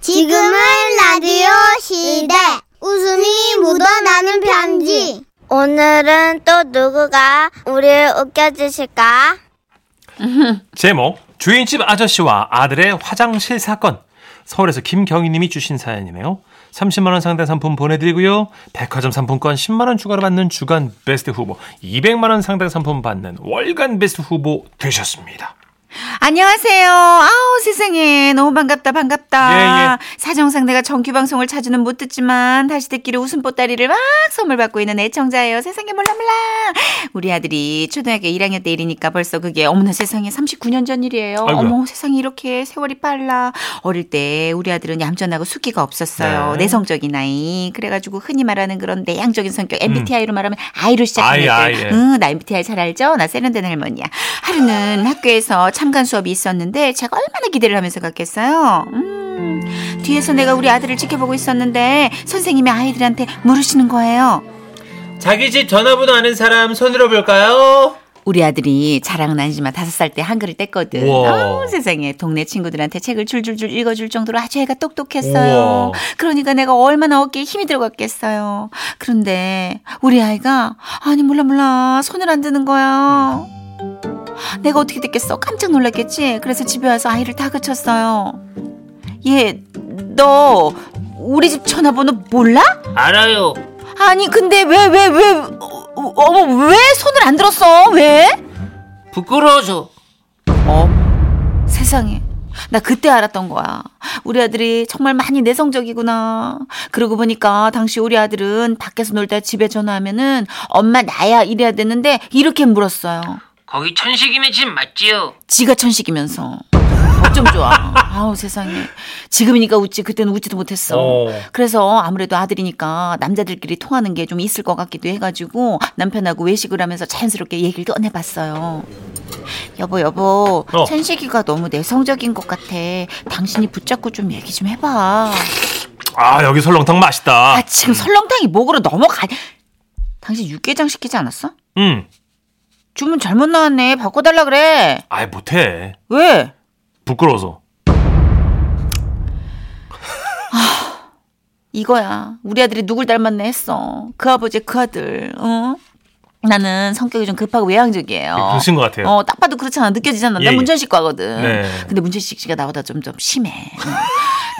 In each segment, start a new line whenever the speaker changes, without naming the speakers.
지금은 라디오 시대. 웃음이 묻어나는 편지. 오늘은 또 누구가 우리를 웃겨주실까?
제목 주인집 아저씨와 아들의 화장실 사건 서울에서 김경희님이 주신 사연이네요 30만원 상당 상품 보내드리고요 백화점 상품권 10만원 추가로 받는 주간 베스트 후보 200만원 상당 상품 받는 월간 베스트 후보 되셨습니다
안녕하세요. 아우 세상에 너무 반갑다 반갑다.
예, 예.
사정상 내가 정규 방송을 자주는 못 듣지만 다시 듣기로 웃음 보따리를 막 선물 받고 있는 애청자예요. 세상에 몰라 몰라. 우리 아들이 초등학교 1학년 때 일이니까 벌써 그게 어머나 세상에 39년 전 일이에요.
아이고야.
어머 세상에 이렇게 세월이 빨라. 어릴 때 우리 아들은 얌전하고 숙기가 없었어요.
네.
내성적인 아이. 그래가지고 흔히 말하는 그런 내향적인 성격 MBTI로 말하면 아이로 시작하는
아이, 아이,
애들.
예.
응, 응, 나 MBTI 잘 알죠? 나 세련된 할머니야. 하루는 학교에서 참관 수업이 있었는데 제가 얼마나 기대를 하면서 갔겠어요. 음, 뒤에서 내가 우리 아들을 지켜보고 있었는데 선생님이 아이들한테 물으시는 거예요.
자기 집 전화번호 아는 사람 손으로 볼까요?
우리 아들이 자랑은 아니지만 다섯 살 때 한글을 뗐거든.
우와.
아우, 세상에 동네 친구들한테 책을 줄줄줄 읽어줄 정도로 아주 애가 똑똑했어요.
우와.
그러니까 내가 얼마나 어깨에 힘이 들어갔겠어요. 그런데 우리 아이가 아니 몰라 몰라 손을 안 드는 거야. 내가 어떻게 됐겠어? 깜짝 놀랐겠지. 그래서 집에 와서 아이를 다그쳤어요. 얘, 너 우리 집 전화번호 몰라?
알아요.
아니 근데 왜 왜 왜 어, 어머 왜 손을 안 들었어? 왜?
부끄러워서.
어? 세상에. 나 그때 알았던 거야. 우리 아들이 정말 많이 내성적이구나. 그러고 보니까 당시 우리 아들은 밖에서 놀다 집에 전화하면은 엄마 나야 이래야 되는데 이렇게 물었어요.
거기 천식이네 집 맞지요?
지가 천식이면서. 어쩜 좋아. 아우 세상에. 지금이니까 웃지 그때는 웃지도 못했어.
어.
그래서 아무래도 아들이니까 남자들끼리 통하는 게 좀 있을 것 같기도 해가지고 남편하고 외식을 하면서 자연스럽게 얘기를 꺼내봤어요. 여보 여보
어.
천식이가 너무 내성적인 것 같아. 당신이 붙잡고 좀 얘기 좀 해봐.
아 여기 설렁탕 맛있다
아 지금 설렁탕이 목으로 넘어가. 당신 육개장 시키지 않았어?
음.
주문 잘못 나왔네. 바꿔달라 그래.
아이 못해
왜?
부끄러워서
이거야. 우리 아들이 누굴 닮았네 했어. 그 아버지 그 아들. 어? 나는 성격이 좀 급하고 외향적이에요.
예, 그러신 것 같아요
어, 딱 봐도 그렇잖아. 느껴지잖아.
예,
난
예.
문천식과거든.
네.
근데 문천식 씨가 나보다 좀, 좀 심해. 어.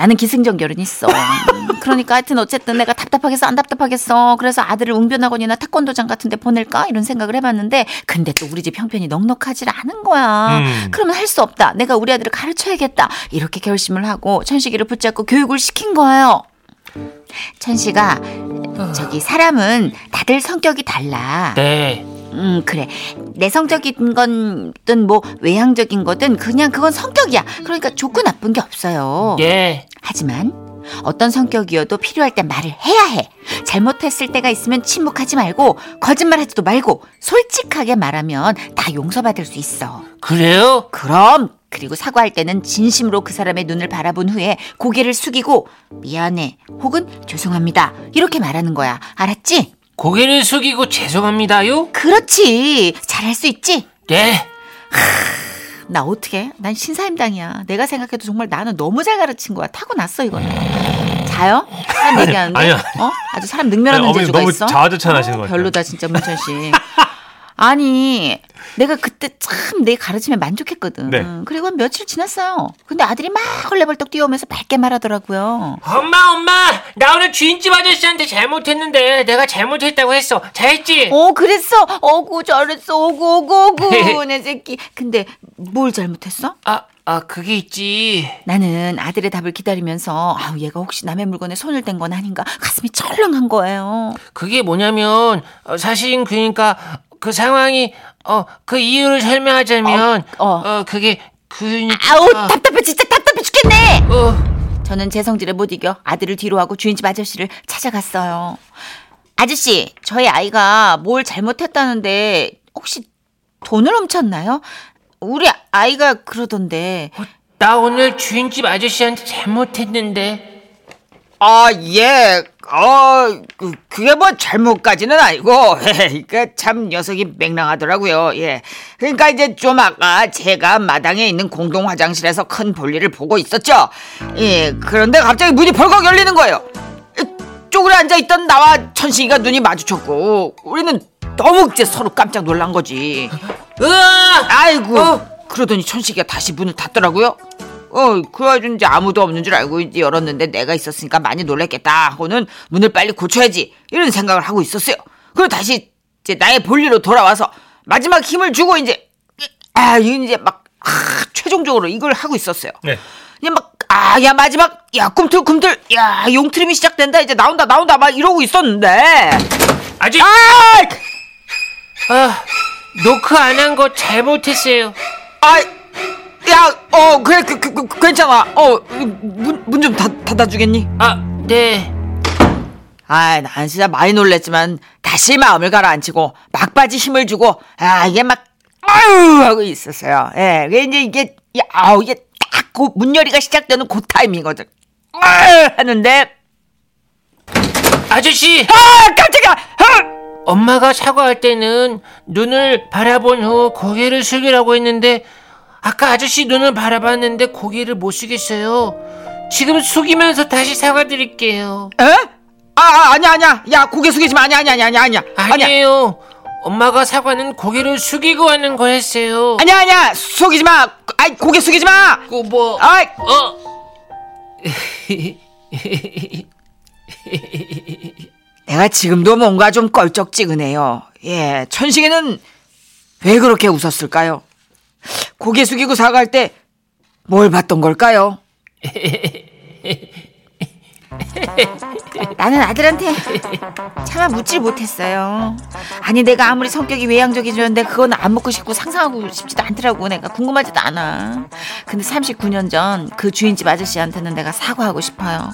나는 기승전결은 있어. 음, 그러니까 하여튼 어쨌든 내가 답답하겠어, 안 답답하겠어. 그래서 아들을 웅변학원이나 태권도장 같은 데 보낼까? 이런 생각을 해봤는데, 근데 또 우리 집 형편이 넉넉하질 않은 거야.
음.
아, 그러면 할 수 없다. 내가 우리 아들을 가르쳐야겠다. 이렇게 결심을 하고, 천식이를 붙잡고 교육을 시킨 거예요. 천식아, 저기 사람은 다들 성격이 달라.
네.
음 그래 내성적인 건든 뭐 외향적인 거든 그냥 그건 성격이야 그러니까 좋고 나쁜 게 없어요
예.
하지만 어떤 성격이어도 필요할 때 말을 해야 해 잘못했을 때가 있으면 침묵하지 말고 거짓말하지도 말고 솔직하게 말하면 다 용서받을 수 있어
그래요?
그럼 그리고 사과할 때는 진심으로 그 사람의 눈을 바라본 후에 고개를 숙이고 미안해 혹은 죄송합니다 이렇게 말하는 거야 알았지
고개를 숙이고
네,
죄송합니다요?
그렇지 잘할 수 있지
네.
나 어떻게? 난 신사임당이야. 내가 생각해도 정말 나는 너무 잘 가르친 거야. 타고났어 이거는. 자요? 사람 얘기하는데?
아니야.
어? 아주 사람 능멸한
아니, 어머니
재주가
너무
있어.
자아자찬하시는 것 같아요.
별로다 진짜 문천 씨. 아니 내가 그때 참 내 가르침에 만족했거든.
네.
그리고 한 며칠 지났어요. 근데 아들이 막 헐레벌떡 뛰어오면서 밝게 말하더라고요.
엄마, 엄마! 나 오늘 주인집 아저씨한테 잘못했는데 내가 잘못했다고 했어.
네.
잘했지?
어 그랬어. 어구 잘했어. 오구 오구 오구 내 새끼. 근데 뭘 잘못했어?
아, 아, 그게 있지.
나는 아들의 답을 기다리면서 아우 얘가 혹시 남의 물건에 손을 댄 건 아닌가 가슴이 철렁한 거예요.
그게 뭐냐면, 어, 사실은 그니까, 그 상황이, 어, 그 이유를 설명하자면,
어,
어,
어.
그게, 그니까.
아우 답답해 진짜 답답해 죽겠네.
어,
저는 제 성질에 못 이겨 아들을 뒤로 하고 주인집 아저씨를 찾아갔어요. 아저씨 저희 아이가 뭘 잘못했다는데 혹시 돈을 훔쳤나요? 우리 아이가 그러던데
나 오늘 주인집 아저씨한테 잘못했는데
아, 예. 어, 그, 그게 뭐 잘못까지는 아니고, 그러니까 참 녀석이 맹랑하더라고요. 예. 그러니까 이제 좀 아까 제가 마당에 있는 공동 화장실에서 큰 볼일을 보고 있었죠. 예. 그런데 갑자기 문이 벌컥 열리는 거예요. 쪽으로 앉아 있던 나와 천식이가 눈이 마주쳤고, 우리는 너무 이제 서로 깜짝 놀란 거지.
으아! 어?
아이고. 그러더니 천식이가 다시 문을 닫더라고요. 어, 그 와중에 이제 아무도 없는 줄 알고 이제 열었는데 내가 있었으니까 많이 놀랬겠다 하고는 문을 빨리 고쳐야지 이런 생각을 하고 있었어요. 그리고 다시 이제 나의 볼일로 돌아와서 마지막 힘을 주고 이제 아 이제 막 아, 최종적으로 이걸 하고 있었어요.
네.
이제 막아야 마지막 야 꿈틀꿈틀 야 용트림이 시작된다 이제 나온다 나온다 막 이러고 있었는데
아직
아
아, 노크 안 한 거 잘못했어요.
아, 야, 어, 그래, 그, 그, 그, 괜찮아. 어, 문, 문 좀 닫아주겠니?
아, 네.
아, 난 진짜 많이 놀랬지만, 다시 마음을 가라앉히고, 막바지 힘을 주고, 아, 이게 막, 아유! 하고 있었어요. 예, 그게 이제 이게, 이- 아우, 이게 딱, 그 문열이가 시작되는 그 타이밍이거든. 아유! 하는데,
아저씨,
아, 깜짝이야! 아!
엄마가 사과할 때는 눈을 바라본 후 고개를 숙이라고 했는데 아까 아저씨 눈을 바라봤는데 고개를 못 숙였어요. 지금 숙이면서 다시 사과드릴게요.
에? 아, 아, 아니야, 아니야. 야, 고개 숙이지 마. 아니야, 아니야, 아니야, 아니야. 아니야.
아니에요. 엄마가 사과는 고개를 숙이고 하는 거였어요.
아니야, 아니야. 숙이지 마. 아이, 고개 숙이지 마.
그 뭐,
아이,
어,
내가 지금도 뭔가 좀 껄쩍지근해요. 예, 천식이는 왜 그렇게 웃었을까요? 고개 숙이고 사과할 때 뭘 봤던 걸까요?
나는 아들한테 차마 묻질 못했어요. 아니 내가 아무리 성격이 외향적이었는데 그건 안 먹고 싶고 상상하고 싶지도 않더라고 내가 궁금하지도 않아. 근데 39년 전 그 주인집 아저씨한테는 내가 사과하고 싶어요.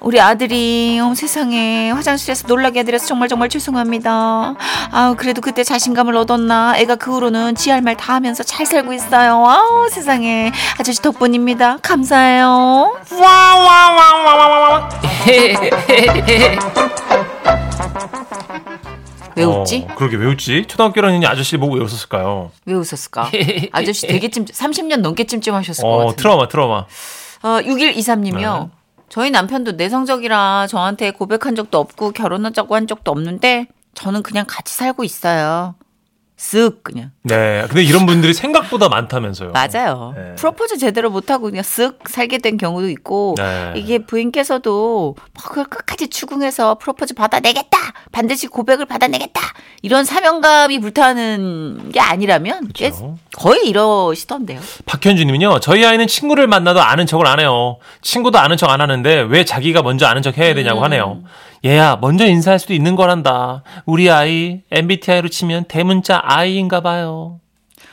우리 아들이 어, 세상에 화장실에서 놀라게 해드려서 정말 정말 죄송합니다. 아 그래도 그때 자신감을 얻었나. 애가 그 후로는 지 할 말 다 하면서 잘 살고 있어요. 아우 세상에 아저씨 덕분입니다. 감사해요. 왜 웃지?
어, 그러게 왜 웃지? 초등학교라는 이 아저씨 보고 왜 웃었을까요?
왜 웃었을까? 아저씨 되게 찜, 30년 넘게 찜찜하셨을 것
어,
같은데.
트라우마, 트라우마.
어, 6123님이요.
네.
저희 남편도 내성적이라 저한테 고백한 적도 없고 결혼하자고 한 적도 없는데 저는 그냥 같이 살고 있어요. 쓱 그냥.
네. 근데 이런 분들이 생각보다 많다면서요.
맞아요.
네.
프로포즈 제대로 못하고 그냥 쓱 살게 된 경우도 있고
네.
이게 부인께서도 막 그걸 끝까지 추궁해서 프로포즈 받아내겠다! 반드시 고백을 받아내겠다! 이런 사명감이 불타는 게 아니라면 꽤
그쵸.
거의 이러시던데요.
박현주님은요, 저희 아이는 친구를 만나도 아는 척을 안 해요. 친구도 아는 척 안 하는데 왜 자기가 먼저 아는 척 해야
음.
되냐고 하네요. 얘야, 먼저 인사할 수도 있는 거란다. 우리 아이 MBTI로 치면 대문자 I인가 봐요.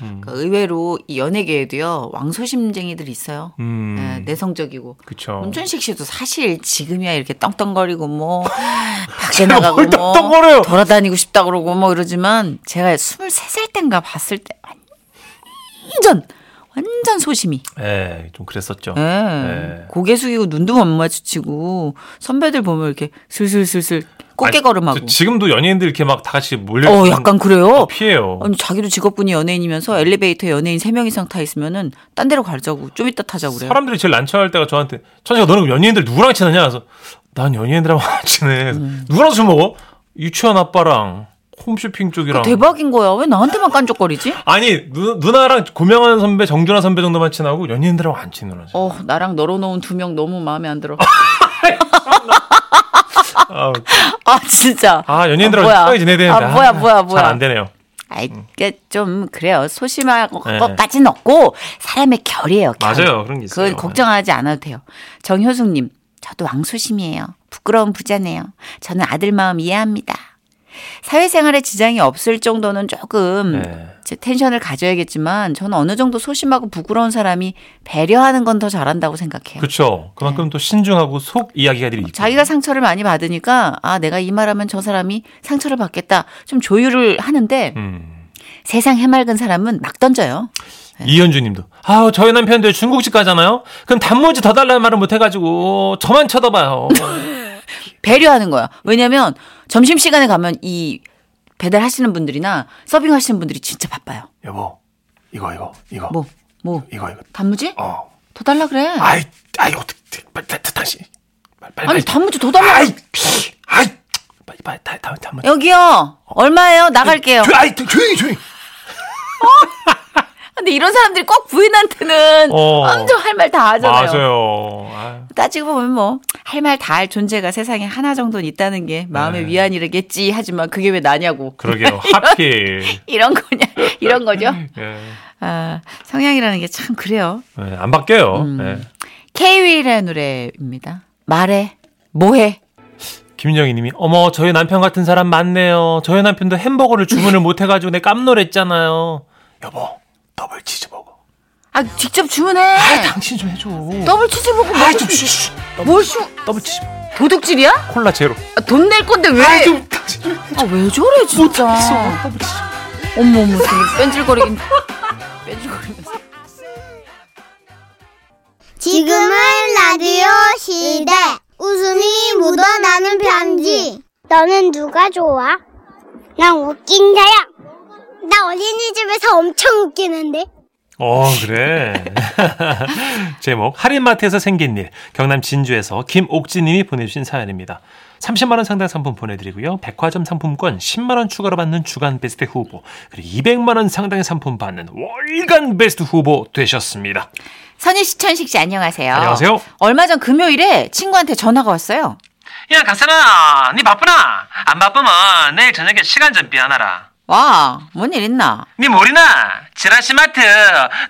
음.
그러니까 의외로 이 연예계에도요 왕소심쟁이들이 있어요.
음, 어.
예, 내성적이고.
그쵸.
문천식 씨도 사실 지금이야 이렇게 떵떵거리고 뭐 밖에 나가고
뭘
뭐
떵떵거려요?
돌아다니고 싶다 그러고 뭐 이러지만 제가 23살 땐가 봤을 때 완전 완전 소심이.
예, 좀 그랬었죠.
예.
네.
고개 숙이고 눈도 못 마주치고 선배들 보면 이렇게 슬슬슬슬 꽃게
아니,
걸음하고.
저 지금도 연예인들 이렇게 막 다 같이 몰려.
어 약간 그래요.
피해요.
아니 자기도 직업군이 연예인이면서 엘리베이터에 연예인 3명 이상 타 있으면은 딴 데로 가자고 좀 이따 타자고 그래요.
사람들이 제일 난처할 때가 저한테 천지가 너는 그럼 연예인들 누구랑 친하냐? 그래서 난 연예인들하고 안 친해. 그래서
음.
누구랑 술 먹어? 유치원 아빠랑 홈쇼핑 쪽이랑.
어, 대박인 거야. 왜 나한테만 깐족거리지?
아니 누, 누나랑 고명환 선배, 정준하 선배 정도만 친하고 연예인들하고 안 친하지.
어, 나랑 널어놓은 두 명 너무 마음에 안 들어.
아,
아, 진짜.
아 연예인들하고
아, 뭐야.
친하게 지내야 되는데.
아, 뭐야, 뭐야, 뭐야.
잘안 되네요.
아이, 그게 좀 그래요. 소심하고
네.
것까지는 없고 사람의 결이에요. 결.
맞아요, 그런 게 있어요.
그건 걱정하지 않아도 돼요. 정효숙님, 저도 왕소심이에요. 부끄러운 부자네요. 저는 아들 마음 이해합니다. 사회생활에 지장이 없을 정도는 조금
네.
이제 텐션을 가져야겠지만 저는 어느 정도 소심하고 부끄러운 사람이 배려하는 건 더 잘한다고 생각해요.
그렇죠. 그만큼 또 신중하고 속 이야기가들이 있고.
자기가 상처를 많이 받으니까 아 내가 이 말하면 저 사람이 상처를 받겠다 좀 조율을 하는데
음.
세상 해맑은 사람은 막 던져요.
이현주님도 아우 저희 남편들 중국집 가잖아요. 그럼 단무지 더 달라는 말을 못 해가지고 저만 쳐다봐요.
배려하는 거예요. 왜냐면 점심시간에 가면 이 배달하시는 분들이나 서빙하시는 분들이 진짜 바빠요.
여보 이거 이거 이거
뭐, 뭐.
이거 이거
단무지?
어
더 달라 그래.
아이 아이 어떻게 빨리 다- 다- 당신 빨리 빨리
아니,
빨리.
단무지 더 달라.
아이 아이 빨리 빨리 다 다음 다음
여기요. 얼마예요? 나갈게요. 어?
아이 조- 조용히 조용히
근데 이런 사람들이 꼭 부인한테는
어.
엄청 할 말 다 하잖아요.
맞아요. 아유.
따지고 보면 뭐 할 말 다 할 존재가 세상에 하나 정도는 있다는 게 마음의
네.
위안이라겠지. 하지만 그게 왜 나냐고.
그러게요. 하필
이런 거냐. 이런 거죠.
예.
아, 성향이라는 게 참 그래요.
예, 안 바뀌어요.
음.
예.
케이윌의 노래입니다. 말해. 뭐해.
김정희님이 어머 저희 남편 같은 사람 많네요. 저희 남편도 햄버거를 주문을 못 해가지고 내 깜놀했잖아요. 여보 더블 치즈버거.
아, 직접 주문해.
아 당신 좀 해줘.
더블 치즈 먹고 뭐,
아좀 쉬쉬.
뭘 쉬,
더블 치즈 버거.
도둑질이야?
콜라 제로.
아, 돈낼 건데 왜?
아 좀 당신 좀
아, 왜 저래, 진짜.
더블 치즈.
어머, 어머, 되게 뺀질거리긴. 뺀질거리면서.
지금은 라디오 시대. 웃음이 묻어나는 편지. 너는 누가 좋아? 난 웃긴 자야. 나 어린이집에서 엄청 웃기는데.
어 그래. 제목 할인마트에서 생긴 일. 경남 진주에서 김옥진님이 보내주신 사연입니다. 30만 원 상당 상품 보내드리고요. 백화점 상품권 10만 원 추가로 받는 주간 베스트 후보 그리고 200만 원 상당의 상품 받는 월간 베스트 후보 되셨습니다.
선희 씨, 천식 씨, 안녕하세요.
안녕하세요.
얼마 전 금요일에 친구한테 전화가 왔어요.
야, 가사나, 니 바쁘나? 안 바쁘면 내일 저녁에 시간 좀 비워놔라.
와, 뭔 일 있나?
니 모르나? 지라시마트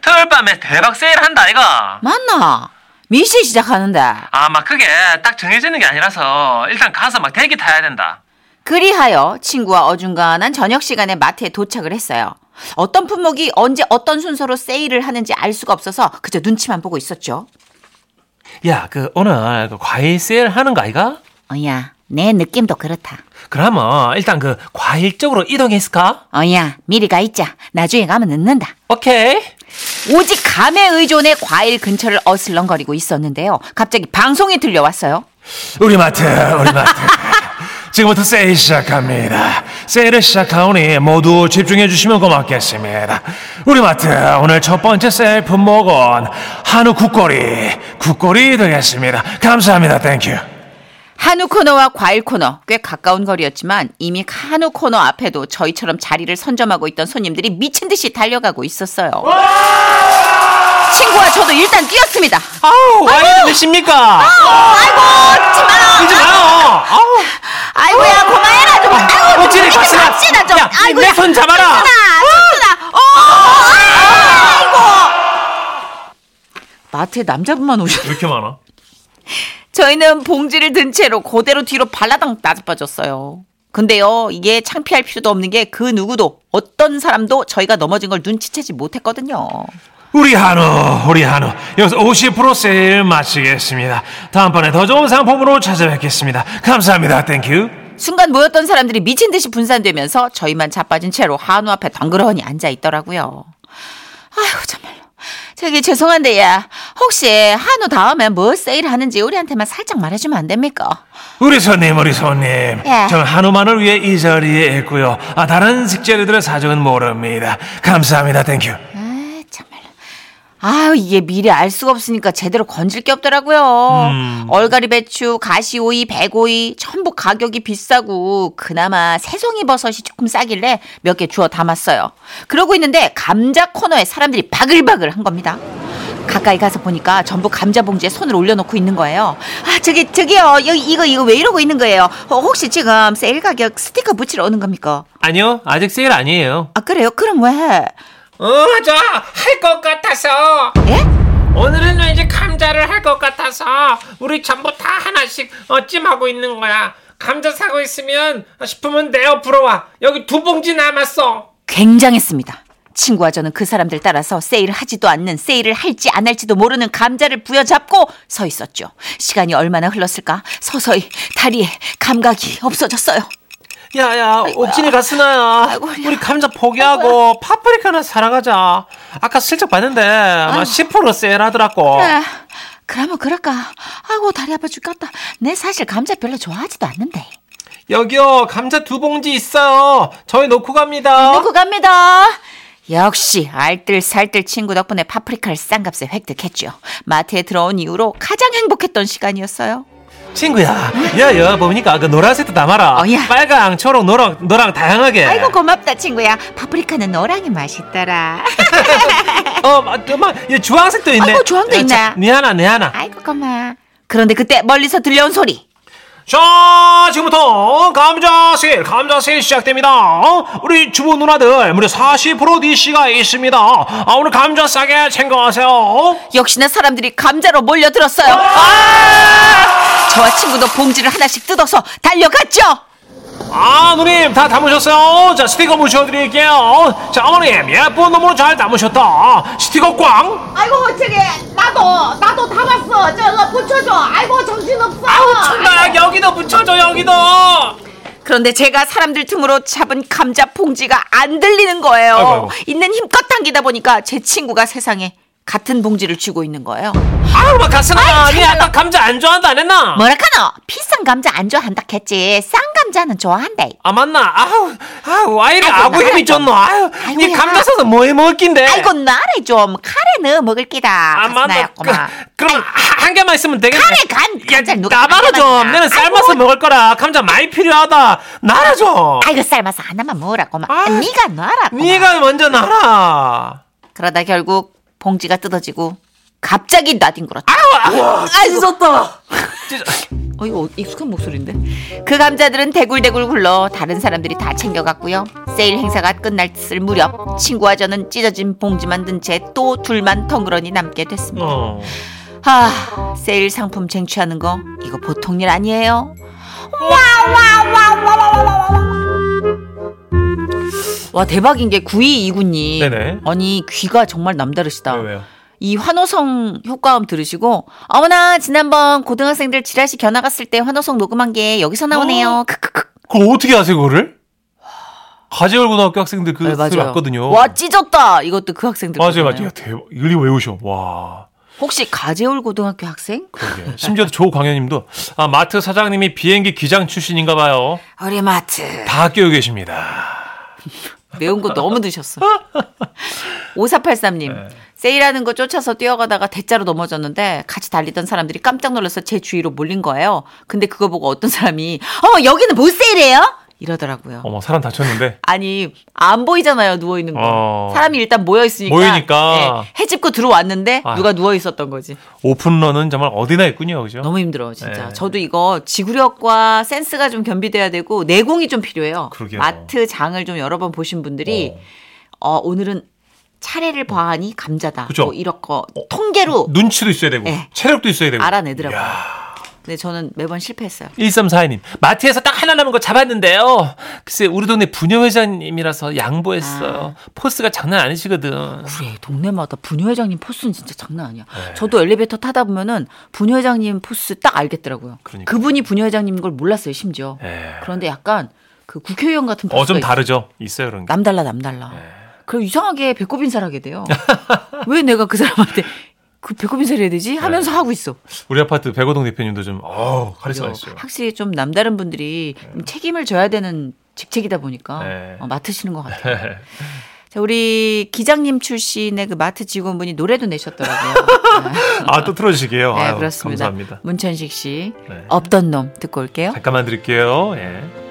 토요일 밤에 대박 세일 한다, 이거.
맞나? 미시 시작하는데.
아, 막 그게 딱 정해지는 게 아니라서 일단 가서 막 대기 타야 된다.
그리하여 친구와 어중간한 저녁 시간에 마트에 도착을 했어요. 어떤 품목이 언제 어떤 순서로 세일을 하는지 알 수가 없어서 그저 눈치만 보고 있었죠.
야, 그 오늘 그 과일 세일 하는 거 아이가?
어야, 내 느낌도 그렇다.
그러면 일단 그 과일 쪽으로 이동했을까?
어야, 미리 가 있자. 나중에 가면 늦는다.
오케이.
오직 감에 의존해 과일 근처를 어슬렁거리고 있었는데요. 갑자기 방송이 들려왔어요.
우리 마트, 우리 마트. 지금부터 세일 시작합니다. 세일을 시작하오니 모두 집중해 주시면 고맙겠습니다. 우리 마트 오늘 첫 번째 세일 품목은 한우 국거리, 국거리 되겠습니다. 감사합니다. 땡큐.
한우 코너와 과일 코너 꽤 가까운 거리였지만 이미 한우 코너 앞에도 저희처럼 자리를 선점하고 있던 손님들이 미친 듯이 달려가고 있었어요. 친구와 저도 일단 뛰었습니다.
아우, 와인 드십니까?
아이고, 지 마라.
이제 마요. 아우,
아이고야, 고마해라 좀. 아이고,
어찌
좀 이렇게
갑시다.
갑시다 좀.
야,
아이고,
내손 잡아라.
손나, 어, 아이고. 마트에 남자분만 오셨.
왜 이렇게 많아?
저희는 봉지를 든 채로 그대로 뒤로 발라당 나자빠졌어요. 근데요, 이게 창피할 필요도 없는 게 그 누구도 어떤 사람도 저희가 넘어진 걸 눈치채지 못했거든요.
우리 한우, 우리 한우. 여기서 50% 세일 마치겠습니다. 다음번에 더 좋은 상품으로 찾아뵙겠습니다. 감사합니다. 땡큐.
순간 모였던 사람들이 미친 듯이 분산되면서 저희만 자빠진 채로 한우 앞에 덩그러니 앉아 있더라고요. 아휴, 정말로. 저기 죄송한데, 야. 혹시 한우 다음에 뭐 세일하는지 우리한테만 살짝 말해주면 안 됩니까?
우리 손님, 우리 손님.
예.
저는 한우만을 위해 이 자리에 있고요. 아, 다른 식재료들의 사정은 모릅니다. 감사합니다. 땡큐.
아, 정말로. 아유, 이게 미리 알 수가 없으니까 제대로 건질 게 없더라고요.
음.
얼갈이 배추, 가시오이, 백오이, 전부 가격이 비싸고, 그나마 새송이 버섯이 조금 싸길래 몇 개 주워 담았어요. 그러고 있는데, 감자 코너에 사람들이 바글바글 한 겁니다. 가까이 가서 보니까 전부 감자 봉지에 손을 올려놓고 있는 거예요. 아, 저기, 저기요. 여기, 이거, 이거 왜 이러고 있는 거예요? 어, 혹시 지금 세일 가격 스티커 붙이러 오는 겁니까?
아니요, 아직 세일 아니에요.
아, 그래요? 그럼 왜?
어, 맞아. 할 것 같아서.
예?
오늘은 왠지 감자를 할 것 같아서 우리 전부 다 하나씩 어, 찜하고 있는 거야. 감자 사고 있으면 싶으면 내어 불어와. 여기 두 봉지 남았어.
굉장했습니다. 친구와 저는 그 사람들 따라서 세일을 하지도 않는 세일을 할지 안 할지도 모르는 감자를 부여잡고 서 있었죠. 시간이 얼마나 흘렀을까? 서서히 다리에 감각이 없어졌어요.
야야 옥진이 가스나야
아이고,
우리 감자 포기하고 파프리카나 사랑하자 아까 슬쩍 봤는데 막 10% 세일하더라고
네. 아,
그래. 그러면 그럴까. 아이고 다리 아파 죽겠다. 내 사실 감자 별로 좋아하지도 않는데.
여기요 감자 두 봉지 있어요 저희 놓고 갑니다
놓고 갑니다. 역시 알뜰살뜰 친구 덕분에 파프리카를 싼값에 획득했죠. 마트에 들어온 이후로 가장 행복했던 시간이었어요.
친구야 야야 보니까 그 노란색도 담아라
어, 야.
빨강 초록 노랑 노랑 다양하게
아이고 그 고맙다 친구야. 파프리카는 너랑이 맛있더라.
어, 마- 또 마- 예, 주황색도 있네.
아이고, 그 주황도
야,
있네.
자, 네 하나, 네 하나.
아이고 고마. 그런데 그때 멀리서 들려온 소리.
자, 지금부터 감자세일, 감자세일 시작됩니다. 어? 우리 주부 누나들 무려 40% DC가 있습니다. 아, 오늘 감자 싸게 챙겨가세요.
역시나 사람들이 감자로 몰려들었어요. 아! 저와 친구도 봉지를 하나씩 뜯어서 달려갔죠.
아, 누님 다 담으셨어요? 자, 스티커 묻혀드릴게요. 자, 어머님 예쁜 놈으로 잘 담으셨다. 스티커 꽝.
아이고 저기 나도 나도 담았어 저거 붙여줘 아이고 정신없어 아우
나 여기도 붙여줘, 여기도.
그런데 제가 사람들 틈으로 잡은 감자 봉지가 안 들리는 거예요.
아이고, 아이고.
있는 힘껏 당기다 보니까 제 친구가 세상에 같은 봉지를 쥐고 있는 거예요.
아우, 막뭐 가스나. 니 아까 감자 안 좋아한다 안 했나?
뭐라카노? 비싼 감자 안 좋아한다 했지. 싼 감자는 좋아한대.
아 맞나? 아우 아우 와 이래
아이고,
아구 힘이
나라죠.
쪘노? 아유
아이고야.
니 감자 사서 뭐해 먹긴데?
아이고 나래 좀 카레 넣어 먹을 끼다.
아 맞나?
가스나였구만.
그, 그럼 하- 한 개만 있으면 되겠네.
카레 간 감자
야,
누가
나봐라
한 개만
좀.
나.
나는 삶아서 먹을 거라 감자 많이 필요하다. 나라 좀.
아이고 어. 삶아서 하나만 먹으라고 막
아,
네가 놔라
네가 먼저 나라.
그러다 결국 봉지가 뜯어지고 갑자기 나뒹굴었죠 아우 쏟다 어 이거 익숙한 목소리인데 그 감자들은 대굴대굴 굴러 다른 사람들이 다 챙겨갔고요 세일 행사가 끝날 쓸 무렵 친구와 저는 찢어진 봉지만 든 채 또 둘만 덩그러니 남게 됐습니다
어.
아 세일 상품 쟁취하는 거 이거 보통 일 아니에요 와 대박인 게 9229님
네네.
아니 귀가 정말 남다르시다
왜요?
이 환호성 효과음 들으시고 어머나 지난번 고등학생들 지라시 견학 갔을 때 환호성 녹음한 게 여기서
어?
나오네요 크크크
그걸 어떻게 아세요 그거를? 가재월 고등학교 학생들 그
네,
소리 왔거든요.
와 찢었다 이것도 그 학생들
맞아요, 맞아요.
거잖아요.
야, 대박. 이걸 외우셔. 와.
혹시 가재울 고등학교 학생?
그러게. 심지어 조광현님도 아 마트 사장님이 비행기 기장 출신인가봐요.
우리 마트
다 깨우 계십니다.
매운 거 너무 드셨어.
네.
5483님. 세일하는 거 쫓아서 뛰어가다가 대자로 넘어졌는데 같이 달리던 사람들이 깜짝 놀라서 제 주위로 몰린 거예요. 근데 그거 보고 어떤 사람이 어 여기는 못 세일해요? 이러더라고요.
어머 사람 다쳤는데.
아니 안 보이잖아요 누워 있는 거.
어.
사람이 일단 모여 있으니까.
모이니까.
예, 해집고 들어왔는데
아.
누가 누워 있었던 거지.
오픈런은 정말 어디나 있군요, 그죠?
너무 힘들어 네. 진짜.
예.
저도 이거 지구력과 센스가 좀 겸비돼야 되고 내공이 좀 필요해요.
그러게요.
마트 장을 좀 여러 번 보신 분들이 어, 오늘은 차례를 봐하니 감자다.
그죠?
뭐 이런 거 통계로
눈치도 있어야 되고
예.
체력도 있어야 되고.
알아내더라고요. 근데 저는 매번 실패했어요.
1342님 마트에서 딱 하나 남은 거 잡았는데요. 글쎄 우리 동네 부녀 회장님이라서 양보했어요.
아.
포스가 장난 아니시거든.
그래 동네마다 부녀회장님 포스는 진짜 장난 아니야. 네. 저도 엘리베이터 타다 보면은 부녀회장님 포스 딱 알겠더라고요.
그러니까.
분이 부녀회장님인 걸 몰랐어요 심지어.
예.
그런데 약간 그 국회의원 같은 포스가
어 좀
네. 있어요.
다르죠. 있어요 그런 게.
남달라 남달라.
네.
그럼 이상하게 배꼽 인사를 하게 돼요. 왜 내가 그 사람한테 그 배꼽 인사를
네.
해야 되지? 하면서 하고 있어.
우리 아파트 백호동 대표님도 좀 어우 카리스마
그죠?
있어요.
확실히 좀 남다른 분들이 좀 책임을 져야 되는 직책이다 보니까
네.
어, 맡으시는 것 같아요. 자, 우리 기장님 출신의 그 마트 직원분이 노래도 내셨더라고요.
아 또 틀어주시게요.
네,
아유,
그렇습니다.
감사합니다.
문천식 씨,
네.
없던 놈 듣고 올게요.
잠깐만 드릴게요. 예.